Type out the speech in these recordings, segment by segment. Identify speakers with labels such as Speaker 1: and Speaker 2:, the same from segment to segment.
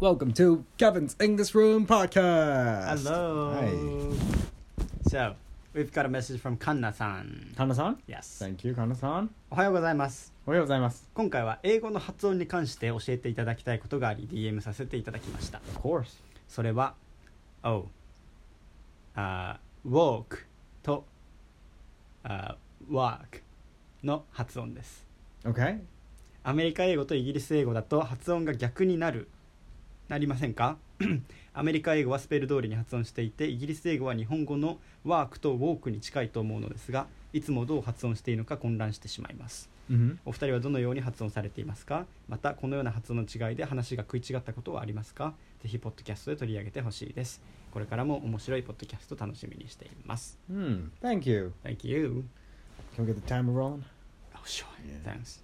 Speaker 1: Welcome to Kevin's English Room podcast.
Speaker 2: Hello.
Speaker 1: Hi.
Speaker 2: So, we've got a message from Kanna san.
Speaker 1: 神田さん
Speaker 2: Yes.
Speaker 1: Thank you, 神田さん。
Speaker 2: おはようございます。
Speaker 1: おはようございます。
Speaker 2: 今回は英語の発音に関して教えていただきたいことがあり、DM させていただきました。
Speaker 1: Of course.
Speaker 2: それは、oh, あー walk と、あー work の発音です。
Speaker 1: Okay.
Speaker 2: アメリカ英語とイギリス英語だと発音が逆になるなりませんか アメリカ英語はスペル通りに発音していてイギリス英語は日本語のワークとウォークに近いと思うのですがいつもどう発音していいのか混乱してしまいます
Speaker 1: うん。
Speaker 2: お二人はどのように発音されていますかまたこのような発音の違いで話が食い違ったことはありますかぜひポッドキャストで取り上げてほしいですこれからも面白いポッドキャスト楽しみにしています
Speaker 1: Hmm. Thank you.
Speaker 2: Thank you
Speaker 1: Can we get the timer rolling?
Speaker 2: Oh sure
Speaker 1: Yeah.
Speaker 2: thanks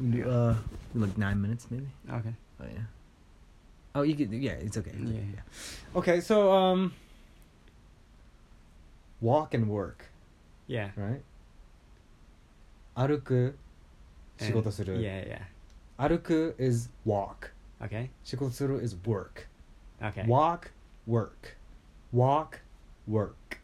Speaker 1: Uh, like nine minutes maybe.
Speaker 2: Okay
Speaker 1: Oh yeah. Oh, you could. Yeah, it's okay.
Speaker 2: Yeah, yeah.
Speaker 1: Okay, so um, walk and work,
Speaker 2: Yeah
Speaker 1: right? 歩く、仕事する。
Speaker 2: And- Yeah yeah
Speaker 1: 歩く is walk.
Speaker 2: Okay
Speaker 1: 仕事する is work.
Speaker 2: Okay
Speaker 1: Walk, work. Walk, work.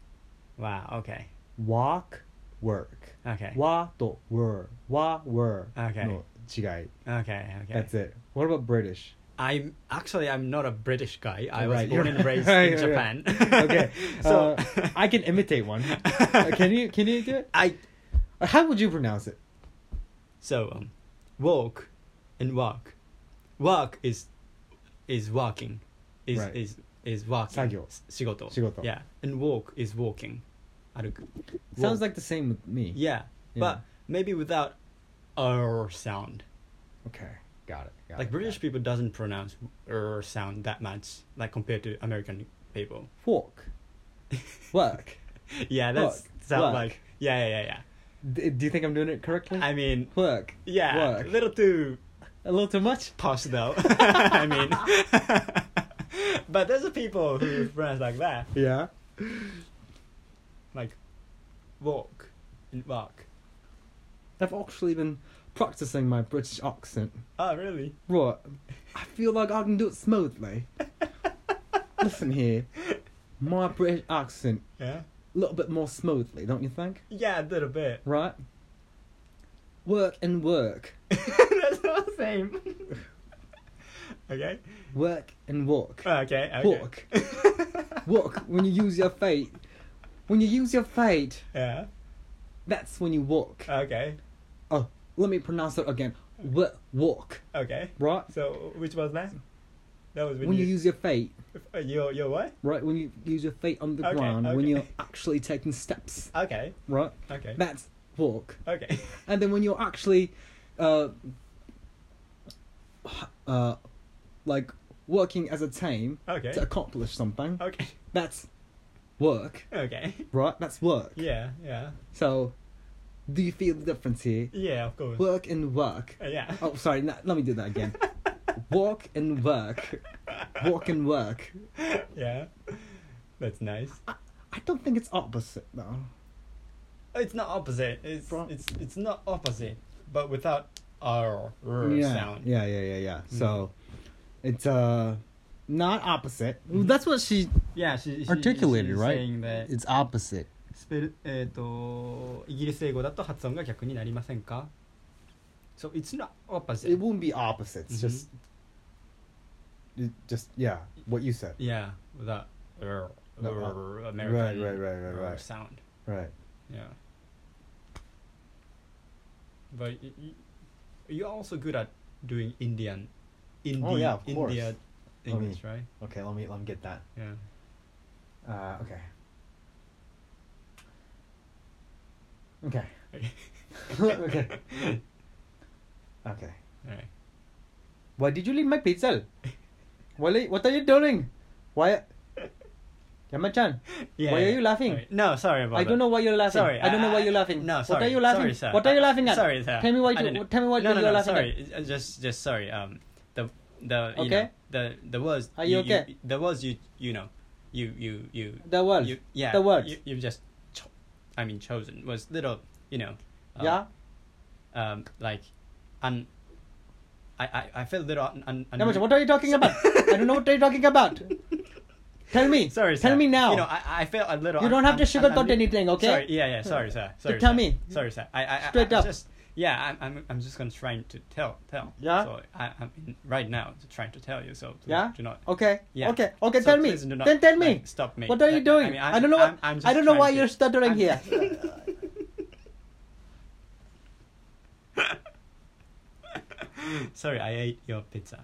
Speaker 2: Wow, okay.
Speaker 1: Walk, work.
Speaker 2: Okay.
Speaker 1: わと were. わ were
Speaker 2: Okay.
Speaker 1: の違い。
Speaker 2: Okay, okay.
Speaker 1: That's it. What about British?
Speaker 2: I'm actually I'm not a British guy. I was
Speaker 1: Right,
Speaker 2: born
Speaker 1: you're-
Speaker 2: and raised
Speaker 1: Yeah,
Speaker 2: in
Speaker 1: yeah, yeah.
Speaker 2: Japan.
Speaker 1: Okay.
Speaker 2: so
Speaker 1: uh, I can imitate one. Uh, can you can you do it?
Speaker 2: I
Speaker 1: Uh, How would you pronounce it?
Speaker 2: so um, walk and walk. Walk is is walking. Is
Speaker 1: Right.
Speaker 2: is is walking.
Speaker 1: 作業。
Speaker 2: S- 仕事。
Speaker 1: 仕事。
Speaker 2: Yeah. And walk is walking. 歩く。
Speaker 1: Sounds
Speaker 2: Walk.
Speaker 1: like the same with me.
Speaker 2: yeah,
Speaker 1: Yeah.
Speaker 2: But maybe without er sound.
Speaker 1: Okay. Got it. Got
Speaker 2: Like
Speaker 1: it,
Speaker 2: British
Speaker 1: got
Speaker 2: people doesn't pronounce er sound that much like compared to American people.
Speaker 1: it. walk. Work.
Speaker 2: Yeah,
Speaker 1: Work.
Speaker 2: that's sound
Speaker 1: Work.
Speaker 2: like yeah, yeah, yeah,
Speaker 1: D- do you think I'm doing it correctly?
Speaker 2: yeah. I mean,
Speaker 1: work.
Speaker 2: yeah,
Speaker 1: Work.
Speaker 2: a little too
Speaker 1: A little too much.
Speaker 2: posh though. I mean, but there's a people who pronounce like that,
Speaker 1: Yeah.
Speaker 2: like walk and walk.
Speaker 1: I've actually been practicing my British accent.
Speaker 2: Oh, really?
Speaker 1: Right. I feel like I can do it smoothly. Listen here. My British accent,
Speaker 2: Yeah.
Speaker 1: a little bit more smoothly, don't you think?
Speaker 2: Yeah, a little bit.
Speaker 1: Right? Work and work.
Speaker 2: that's not the same. okay. Oh,
Speaker 1: Work and walk.
Speaker 2: Okay. Okay.
Speaker 1: Walk. Walk when you use your feet. When you use your feet,
Speaker 2: yeah.
Speaker 1: that's when you walk.
Speaker 2: Okay.
Speaker 1: Oh, let me pronounce it again. W- walk.
Speaker 2: Okay.
Speaker 1: Right?
Speaker 2: So which was that? That was when,
Speaker 1: When you use your feet,
Speaker 2: uh, your your what?
Speaker 1: right? When you use your feet on the
Speaker 2: Okay,
Speaker 1: ground, when
Speaker 2: okay.
Speaker 1: you're actually taking steps,
Speaker 2: Okay.
Speaker 1: right?
Speaker 2: Okay.
Speaker 1: That's walk.
Speaker 2: Okay.
Speaker 1: And then when you're actually, uh, h- uh, like working as a team
Speaker 2: Okay.
Speaker 1: to accomplish something,
Speaker 2: Okay.
Speaker 1: that's work,
Speaker 2: Okay.
Speaker 1: right? That's work.
Speaker 2: Yeah, yeah.
Speaker 1: So, do you feel the difference here?
Speaker 2: Yeah, of course.
Speaker 1: Work and work.
Speaker 2: Uh, yeah.
Speaker 1: Oh, sorry. No, let me do that again. Walk and work. Walk and work.
Speaker 2: yeah. That's nice.
Speaker 1: I don't think it's opposite though.
Speaker 2: It's not opposite. It's
Speaker 1: Bro-
Speaker 2: it's it's not opposite, but without r, r
Speaker 1: yeah.
Speaker 2: sound.
Speaker 1: Yeah, yeah, yeah, yeah.
Speaker 2: Hmm.
Speaker 1: So it's uh not opposite. That's what she
Speaker 2: Yeah, she, she
Speaker 1: articulated,
Speaker 2: she's
Speaker 1: right?
Speaker 2: saying that
Speaker 1: It's opposite.
Speaker 2: スペルえっ、とイギリス英語だと発音が逆になりませんか So it's not
Speaker 1: It
Speaker 2: opposite.
Speaker 1: wouldn't be opposite. It's
Speaker 2: Mhm.
Speaker 1: just it just yeah, what you said.
Speaker 2: Yeah, without r,
Speaker 1: No,
Speaker 2: r,
Speaker 1: uh,
Speaker 2: American
Speaker 1: right, right, right, right,
Speaker 2: r
Speaker 1: right.
Speaker 2: sound.
Speaker 1: Right.
Speaker 2: Yeah. But y- y- you're also good at doing Indian, Indian,
Speaker 1: Oh, yeah, of course.
Speaker 2: India
Speaker 1: I mean-
Speaker 2: English, right?
Speaker 1: Okay, let me let me get that.
Speaker 2: Yeah.
Speaker 1: Uh okay. Okay. okay. Okay.
Speaker 2: Alright.
Speaker 1: Why did you leave my pizza? Why are- what are you doing? Why Yama-chan,
Speaker 2: Yeah.
Speaker 1: why are
Speaker 2: yeah.
Speaker 1: you laughing?
Speaker 2: Alright. No, sorry about
Speaker 1: I
Speaker 2: that.
Speaker 1: don't know why you're laughing.
Speaker 2: Sorry, uh,
Speaker 1: I don't know why you're laughing.
Speaker 2: No, sorry.
Speaker 1: What are you laughing?
Speaker 2: Sorry, sir.
Speaker 1: What are you laughing at?
Speaker 2: Sorry, sir.
Speaker 1: Tell me why
Speaker 2: I
Speaker 1: you-
Speaker 2: don't-
Speaker 1: tell me why
Speaker 2: no, no,
Speaker 1: you're
Speaker 2: no,
Speaker 1: laughing
Speaker 2: Sorry, It's- it's just, just sorry. Um, the, the, you
Speaker 1: Okay.
Speaker 2: know, the, the words.
Speaker 1: Are you okay?
Speaker 2: the words you, you know, you, you, you.
Speaker 1: The words.
Speaker 2: You, yeah.
Speaker 1: The words.
Speaker 2: You, you just, cho- I mean, chosen was little, you know. um,
Speaker 1: yeah.
Speaker 2: um, like un I, I, I felt a little un, un, un-
Speaker 1: Namachan, what are you talking about? I don't know what you're talking about. Tell me.
Speaker 2: Sorry,
Speaker 1: Tell
Speaker 2: sir.
Speaker 1: me now.
Speaker 2: You know, I, I felt a little.
Speaker 1: You don't have to sugarcoat anything, okay?
Speaker 2: Sorry, yeah, yeah. Sorry, sir.
Speaker 1: So
Speaker 2: Sorry,
Speaker 1: tell
Speaker 2: sir.
Speaker 1: me.
Speaker 2: Sorry, sir. I, I, I-
Speaker 1: Straight
Speaker 2: I,
Speaker 1: up.
Speaker 2: Just, yeah, I'm, I'm, I'm just gonna try to tell, tell.
Speaker 1: Yeah?
Speaker 2: So I, I'm in- right now trying to tell you. So do,
Speaker 1: yeah.
Speaker 2: do not.
Speaker 1: Okay.
Speaker 2: Yeah.
Speaker 1: Okay. Okay.
Speaker 2: So
Speaker 1: tell me.
Speaker 2: please do not,
Speaker 1: then tell me.
Speaker 2: like, stop me.
Speaker 1: What are you
Speaker 2: Like,
Speaker 1: doing?
Speaker 2: mean,
Speaker 1: I,
Speaker 2: I'm-
Speaker 1: don't know. What,
Speaker 2: I'm- I'm just
Speaker 1: I don't know
Speaker 2: trying
Speaker 1: why
Speaker 2: to-
Speaker 1: you're stuttering
Speaker 2: I'm-
Speaker 1: here.
Speaker 2: Sorry, I ate your pizza.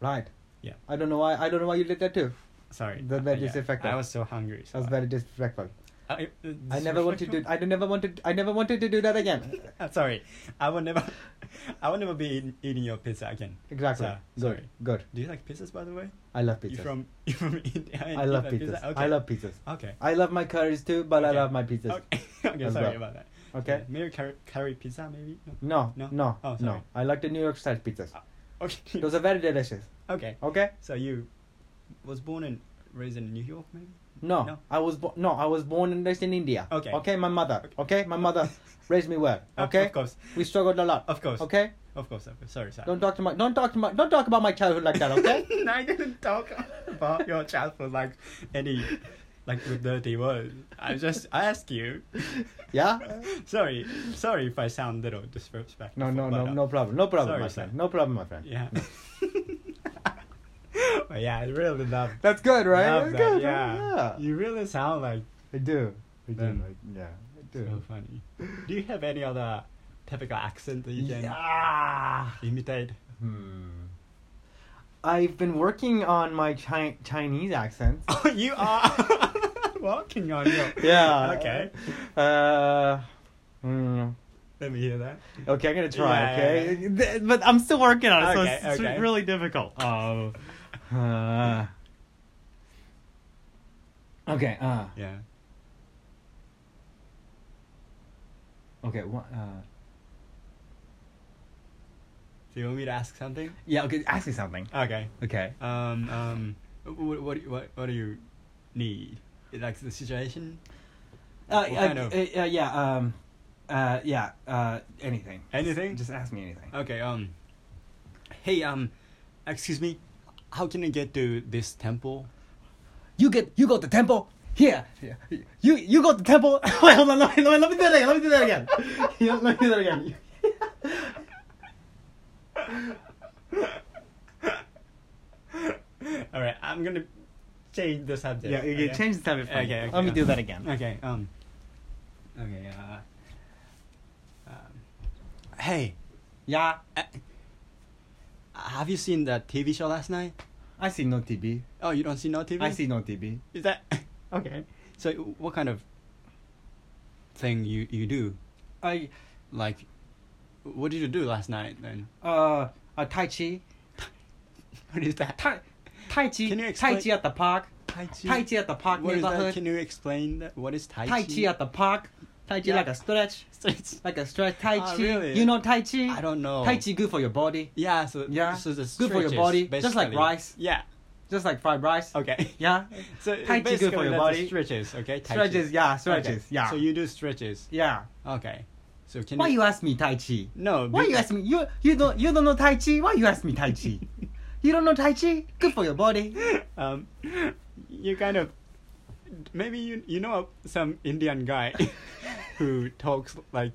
Speaker 1: right.
Speaker 2: Yeah.
Speaker 1: I don't know why. I don't know why you did that too.
Speaker 2: Sorry.
Speaker 1: That- that
Speaker 2: Yeah.
Speaker 1: disrespectful.
Speaker 2: I was so hungry. So
Speaker 1: That was very disrespectful.
Speaker 2: I, uh,
Speaker 1: I never want to do. I never wanted. I never wanted to do that again.
Speaker 2: I'm Uh, sorry. I will never. I will never be eating, eating your pizza again.
Speaker 1: Exactly.
Speaker 2: So,
Speaker 1: good.
Speaker 2: sorry.
Speaker 1: Good.
Speaker 2: Do you like pizzas, by the way?
Speaker 1: I love
Speaker 2: You
Speaker 1: pizzas.
Speaker 2: from you from India? and
Speaker 1: I
Speaker 2: you
Speaker 1: love
Speaker 2: like
Speaker 1: pizzas.
Speaker 2: Pizza?
Speaker 1: I love pizzas.
Speaker 2: Okay.
Speaker 1: I love my curries too, but I
Speaker 2: Okay.
Speaker 1: love my pizzas.
Speaker 2: Okay. okay
Speaker 1: As
Speaker 2: sorry
Speaker 1: well.
Speaker 2: about that.
Speaker 1: Okay.
Speaker 2: Maybe curry, curry pizza, maybe.
Speaker 1: No,
Speaker 2: No?
Speaker 1: no, no,
Speaker 2: Oh, sorry. Ah.
Speaker 1: I like the New York style pizzas.
Speaker 2: Okay.
Speaker 1: Those are very delicious.
Speaker 2: okay.
Speaker 1: Okay?
Speaker 2: So you was born and raised in New York, maybe?
Speaker 1: No,
Speaker 2: No.
Speaker 1: I was bo- no, I was born and raised in India.
Speaker 2: Okay.
Speaker 1: Okay, my mother.
Speaker 2: Okay.
Speaker 1: Okay, my mother raised me well.
Speaker 2: Of-
Speaker 1: Okay.
Speaker 2: Of course.
Speaker 1: We struggled a lot.
Speaker 2: Of course.
Speaker 1: Okay.
Speaker 2: Of course. Of course. Sorry. Sorry.
Speaker 1: Don't talk to my don't talk to my don't talk about my childhood like that. Okay.
Speaker 2: I didn't talk about your childhood like any like with dirty words. I just ask you.
Speaker 1: Yeah?
Speaker 2: sorry, sorry if I sound a little disrespectful.
Speaker 1: No, no,
Speaker 2: but,
Speaker 1: no,
Speaker 2: uh,
Speaker 1: no problem. No problem,
Speaker 2: Sorry,
Speaker 1: my
Speaker 2: sir.
Speaker 1: friend. No problem, my friend.
Speaker 2: Yeah. but yeah, I really love.
Speaker 1: That's good, right?
Speaker 2: love
Speaker 1: That's
Speaker 2: that,
Speaker 1: good.
Speaker 2: Yeah.
Speaker 1: right? yeah.
Speaker 2: You really sound like
Speaker 1: I do. I do.
Speaker 2: Then-
Speaker 1: I- yeah. I do.
Speaker 2: so funny. Do you have any other typical accent that you can
Speaker 1: Yeah.
Speaker 2: imitate?
Speaker 1: Hmm. I've been working on my chi- Chinese accent.
Speaker 2: Oh, you are walking on your.
Speaker 1: Yeah.
Speaker 2: Okay.
Speaker 1: Uh, mm,
Speaker 2: Let me hear that.
Speaker 1: okay, I'm gonna try.
Speaker 2: Yeah,
Speaker 1: okay,
Speaker 2: yeah,
Speaker 1: Th- but I'm still working on it,
Speaker 2: Okay,
Speaker 1: so it's
Speaker 2: okay.
Speaker 1: really difficult. Oh. Uh, okay. Uh,
Speaker 2: Yeah.
Speaker 1: okay. What, uh,
Speaker 2: Do you want me to ask something?
Speaker 1: yeah. Okay. Ask me something.
Speaker 2: Okay.
Speaker 1: Okay.
Speaker 2: Um. Um. What. What. What. What do you need? Like the situation?
Speaker 1: Uh,
Speaker 2: What kind
Speaker 1: uh,
Speaker 2: of-
Speaker 1: uh, uh, yeah. Um. Uh. Yeah. Uh. Anything.
Speaker 2: Anything?
Speaker 1: Just ask me anything.
Speaker 2: Okay. Um. Hey. Um. Excuse me. How can I get to this temple?
Speaker 1: you get you go to temple here. You you go to temple. Wait, hold on, let me, let me, let me do that again. Let me do that again. Yeah, let me do that again.
Speaker 2: All right. I'm gonna change the subject.
Speaker 1: Yeah, you
Speaker 2: okay?
Speaker 1: can change the topic. for me.
Speaker 2: Okay, okay,
Speaker 1: let me do
Speaker 2: okay.
Speaker 1: that again.
Speaker 2: Okay. Um. Okay. Uh, um, hey,
Speaker 1: Yeah,
Speaker 2: uh, have you seen that TV show last night?
Speaker 1: I see no TV.
Speaker 2: Oh, you don't see no TV.
Speaker 1: I see no TV.
Speaker 2: Is that okay? So, what kind of thing you you do?
Speaker 1: I
Speaker 2: Like, what did you do last night? Then
Speaker 1: uh, uh Tai Chi.
Speaker 2: what is that?
Speaker 1: Tai Tai Chi.
Speaker 2: Can
Speaker 1: tai
Speaker 2: you explain-
Speaker 1: Chi at the park.
Speaker 2: Tai Chi.
Speaker 1: Tai Chi at the park
Speaker 2: What is that?
Speaker 1: neighborhood.
Speaker 2: Can you explain that? What is Tai
Speaker 1: tai
Speaker 2: Chi?
Speaker 1: Chi at the park. Tai Chi
Speaker 2: Yeah.
Speaker 1: like a stretch. Like a stretch. Tai
Speaker 2: Ah,
Speaker 1: Chi.
Speaker 2: really?
Speaker 1: You know Tai Chi?
Speaker 2: I don't know.
Speaker 1: Tai Chi good for your body.
Speaker 2: Yeah. So
Speaker 1: Yeah.
Speaker 2: So the
Speaker 1: Good for your
Speaker 2: stretches,
Speaker 1: body, just like
Speaker 2: basically.
Speaker 1: rice.
Speaker 2: Yeah.
Speaker 1: Just like fried rice.
Speaker 2: Okay.
Speaker 1: Yeah.
Speaker 2: So
Speaker 1: Tai Chi good
Speaker 2: basically
Speaker 1: for your
Speaker 2: that's
Speaker 1: body.
Speaker 2: Stretches. Okay. Tai Chi.
Speaker 1: Stretches, yeah,
Speaker 2: Okay.
Speaker 1: stretches, yeah.
Speaker 2: So you do stretches.
Speaker 1: yeah.
Speaker 2: Okay. So can
Speaker 1: Why
Speaker 2: you?
Speaker 1: you ask me Tai Chi?
Speaker 2: No.
Speaker 1: Why you
Speaker 2: because-
Speaker 1: ask me? You you don't you don't know Tai Chi? Why you ask me Tai Chi? you don't know Tai Chi? Good for your body.
Speaker 2: um, you kind of maybe you you know some Indian guy who talks like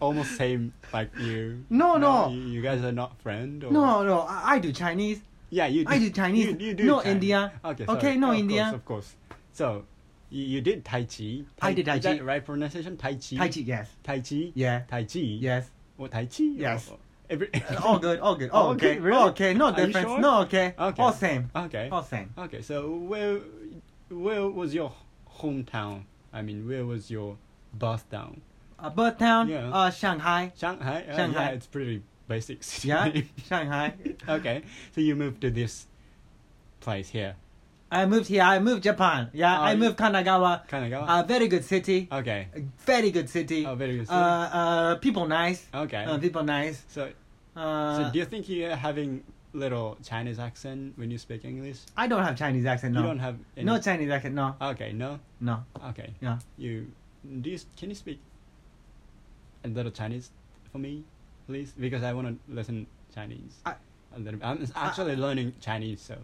Speaker 2: almost same like you.
Speaker 1: No, no.
Speaker 2: You, you guys are not friend. Or,
Speaker 1: No no, I, I do Chinese.
Speaker 2: Yeah, you. Do,
Speaker 1: I do Chinese.
Speaker 2: You, you do
Speaker 1: No
Speaker 2: Chinese.
Speaker 1: India.
Speaker 2: Okay.
Speaker 1: Okay,
Speaker 2: sorry.
Speaker 1: no
Speaker 2: of
Speaker 1: India.
Speaker 2: Course, of course. So, you, you did Tai Chi.
Speaker 1: I did Tai
Speaker 2: is that
Speaker 1: Chi.
Speaker 2: right pronunciation? Tai Chi.
Speaker 1: Tai Chi, yes.
Speaker 2: Tai Chi.
Speaker 1: Yeah.
Speaker 2: Tai Chi.
Speaker 1: Yes.
Speaker 2: Or Tai Chi.
Speaker 1: Yes.
Speaker 2: Or, every,
Speaker 1: All good, all good.
Speaker 2: Oh,
Speaker 1: All okay.
Speaker 2: good, really?
Speaker 1: Okay, no
Speaker 2: Are you
Speaker 1: difference.
Speaker 2: sure?
Speaker 1: No okay.
Speaker 2: Okay.
Speaker 1: All same.
Speaker 2: Okay.
Speaker 1: All same.
Speaker 2: Okay, so where where was your hometown? I mean, where was your birth town?
Speaker 1: Uh, birth town,
Speaker 2: Yeah.
Speaker 1: uh Shanghai.
Speaker 2: Shanghai. Uh,
Speaker 1: Shanghai.
Speaker 2: Yeah, it's pretty basic. city
Speaker 1: Yeah?
Speaker 2: name.
Speaker 1: Shanghai.
Speaker 2: okay, so you moved to this place here,
Speaker 1: I moved here, I moved Japan. Yeah,
Speaker 2: Oh,
Speaker 1: I
Speaker 2: you-
Speaker 1: moved Kanagawa.
Speaker 2: Kanagawa.
Speaker 1: Uh, very good city.
Speaker 2: okay.
Speaker 1: Very good city.
Speaker 2: Oh, very good city.
Speaker 1: Uh, uh, people nice.
Speaker 2: Okay.
Speaker 1: Uh, people nice.
Speaker 2: so,
Speaker 1: Uh,
Speaker 2: so do you think you're having little Chinese accent when you speak English?
Speaker 1: I don't have Chinese accent. No.
Speaker 2: You don't have any- Uh,
Speaker 1: No Chinese accent. No.
Speaker 2: Okay, no.
Speaker 1: No.
Speaker 2: Okay.
Speaker 1: Yeah.
Speaker 2: You do you can you speak a little Chinese for me, please? Because I want to listen Chinese.
Speaker 1: I,
Speaker 2: a little bit. I'm actually learning Chinese, so.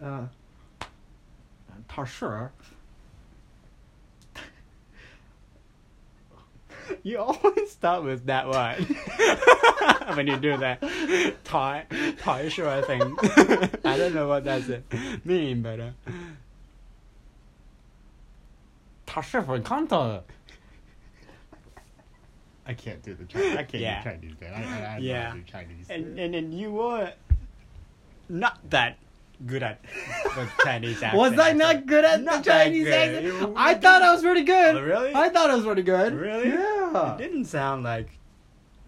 Speaker 1: 嗯，嗯他是，
Speaker 2: You always start with that word when you do that. Thai, Thai sure thing. I don't know what that's it mean, but uh,
Speaker 1: 他是否看到？I can't do the Chinese. I can't
Speaker 2: Yeah.
Speaker 1: do Chinese. Then I, I, I don't
Speaker 2: Yeah.
Speaker 1: do Chinese.
Speaker 2: and, and and you were not that good at the Chinese accent.
Speaker 1: was I not good at
Speaker 2: Not
Speaker 1: the
Speaker 2: that
Speaker 1: Chinese
Speaker 2: good.
Speaker 1: accent?
Speaker 2: You-
Speaker 1: I thought I was pretty good.
Speaker 2: Oh, really?
Speaker 1: I thought I was pretty good.
Speaker 2: Really?
Speaker 1: Yeah.
Speaker 2: It didn't sound like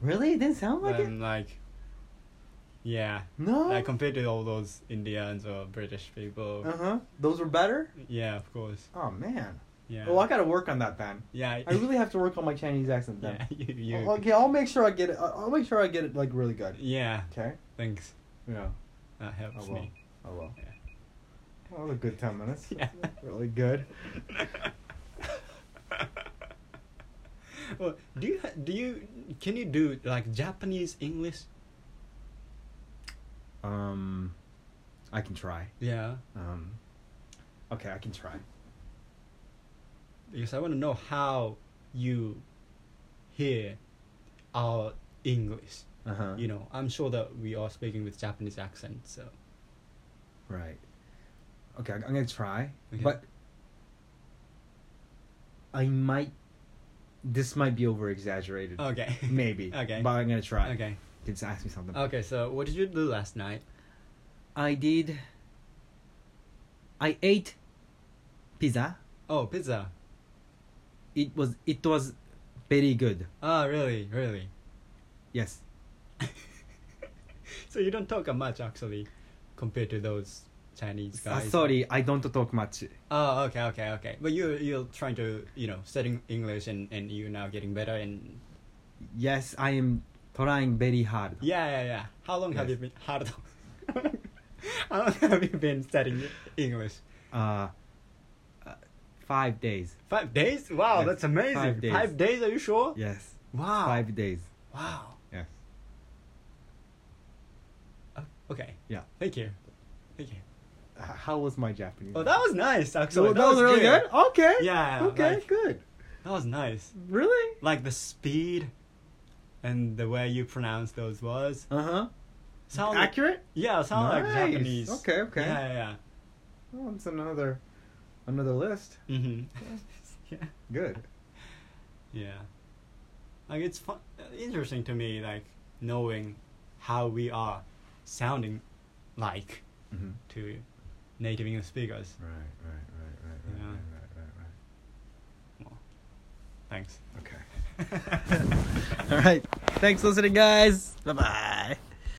Speaker 1: Really? It didn't sound like it.
Speaker 2: um, like yeah.
Speaker 1: No.
Speaker 2: Like compared to all those Indians or British people.
Speaker 1: uh huh. Those were better.
Speaker 2: Yeah, of course.
Speaker 1: Oh man.
Speaker 2: Yeah.
Speaker 1: Well, I gotta work on that then.
Speaker 2: yeah.
Speaker 1: I really have to work on my Chinese accent then. Oh,
Speaker 2: yeah. You, you,
Speaker 1: Okay, I'll make sure I get it. I- I'll make sure I get it like really good.
Speaker 2: Yeah.
Speaker 1: Okay. Oh,
Speaker 2: Thanks.
Speaker 1: Yeah.
Speaker 2: That
Speaker 1: I
Speaker 2: helps
Speaker 1: will.
Speaker 2: me.
Speaker 1: I will.
Speaker 2: Yeah.
Speaker 1: Oh, That was a good ten minutes.
Speaker 2: Yeah.
Speaker 1: Really good.
Speaker 2: well, do you ha- do you can you do like Japanese English?
Speaker 1: Um, I can try.
Speaker 2: Yeah,
Speaker 1: Um, okay, I can try.
Speaker 2: because I want to know how you hear our English.
Speaker 1: Uh huh.
Speaker 2: You know, I'm sure that we are speaking with Japanese accent. So
Speaker 1: Right. Okay, I'm gonna try,
Speaker 2: Okay.
Speaker 1: but I might. This might be over exaggerated.
Speaker 2: okay,
Speaker 1: Maybe.
Speaker 2: Okay.
Speaker 1: But I'm gonna try.
Speaker 2: okay,
Speaker 1: Just ask me something.
Speaker 2: okay. So what did you do last night?
Speaker 1: I did. I ate pizza.
Speaker 2: Oh, pizza.
Speaker 1: It was it was very good.
Speaker 2: Ah, really, really.
Speaker 1: Yes.
Speaker 2: So you don't talk much actually, compared to those Chinese
Speaker 1: Uh,
Speaker 2: guys.
Speaker 1: sorry, I don't talk much.
Speaker 2: Oh, okay, okay, okay. But you you're trying to you know studying English and and you're now getting better and
Speaker 1: Yes, I am trying very hard.
Speaker 2: yeah yeah yeah. How long have you
Speaker 1: Yes.
Speaker 2: been how long, how long have you been studying English?
Speaker 1: Uh, uh, five days.
Speaker 2: Five days? Wow,
Speaker 1: Yes,
Speaker 2: that's amazing.
Speaker 1: five days.
Speaker 2: Are you sure?
Speaker 1: Yes,
Speaker 2: Wow.
Speaker 1: five days.
Speaker 2: Wow.
Speaker 1: Yes.
Speaker 2: Oh, okay.
Speaker 1: Yeah.
Speaker 2: Thank you. Thank you.
Speaker 1: H- How was my Japanese?
Speaker 2: Oh, that was nice
Speaker 1: So
Speaker 2: actually.
Speaker 1: that, was, really good. Okay.
Speaker 2: Yeah,
Speaker 1: Okay.
Speaker 2: like-
Speaker 1: good.
Speaker 2: That was nice.
Speaker 1: Really?
Speaker 2: Like the speed, and the way you pronounce those words.
Speaker 1: Uh huh.
Speaker 2: Sound
Speaker 1: Accurate?
Speaker 2: Yeah, sound like
Speaker 1: Nice.
Speaker 2: Japanese.
Speaker 1: Okay, okay.
Speaker 2: Yeah, yeah.
Speaker 1: Well, it's another, another list.
Speaker 2: yeah. Mm-hmm. yeah.
Speaker 1: Good.
Speaker 2: Yeah. Like it's fun, interesting to me, like knowing how we are sounding like
Speaker 1: Mm-hmm.
Speaker 2: to native English speakers.
Speaker 1: Right, right, right, right,
Speaker 2: Yeah.
Speaker 1: right, right, right, right.
Speaker 2: Thanks.
Speaker 1: Okay. All right. Thanks for listening, guys. Bye bye.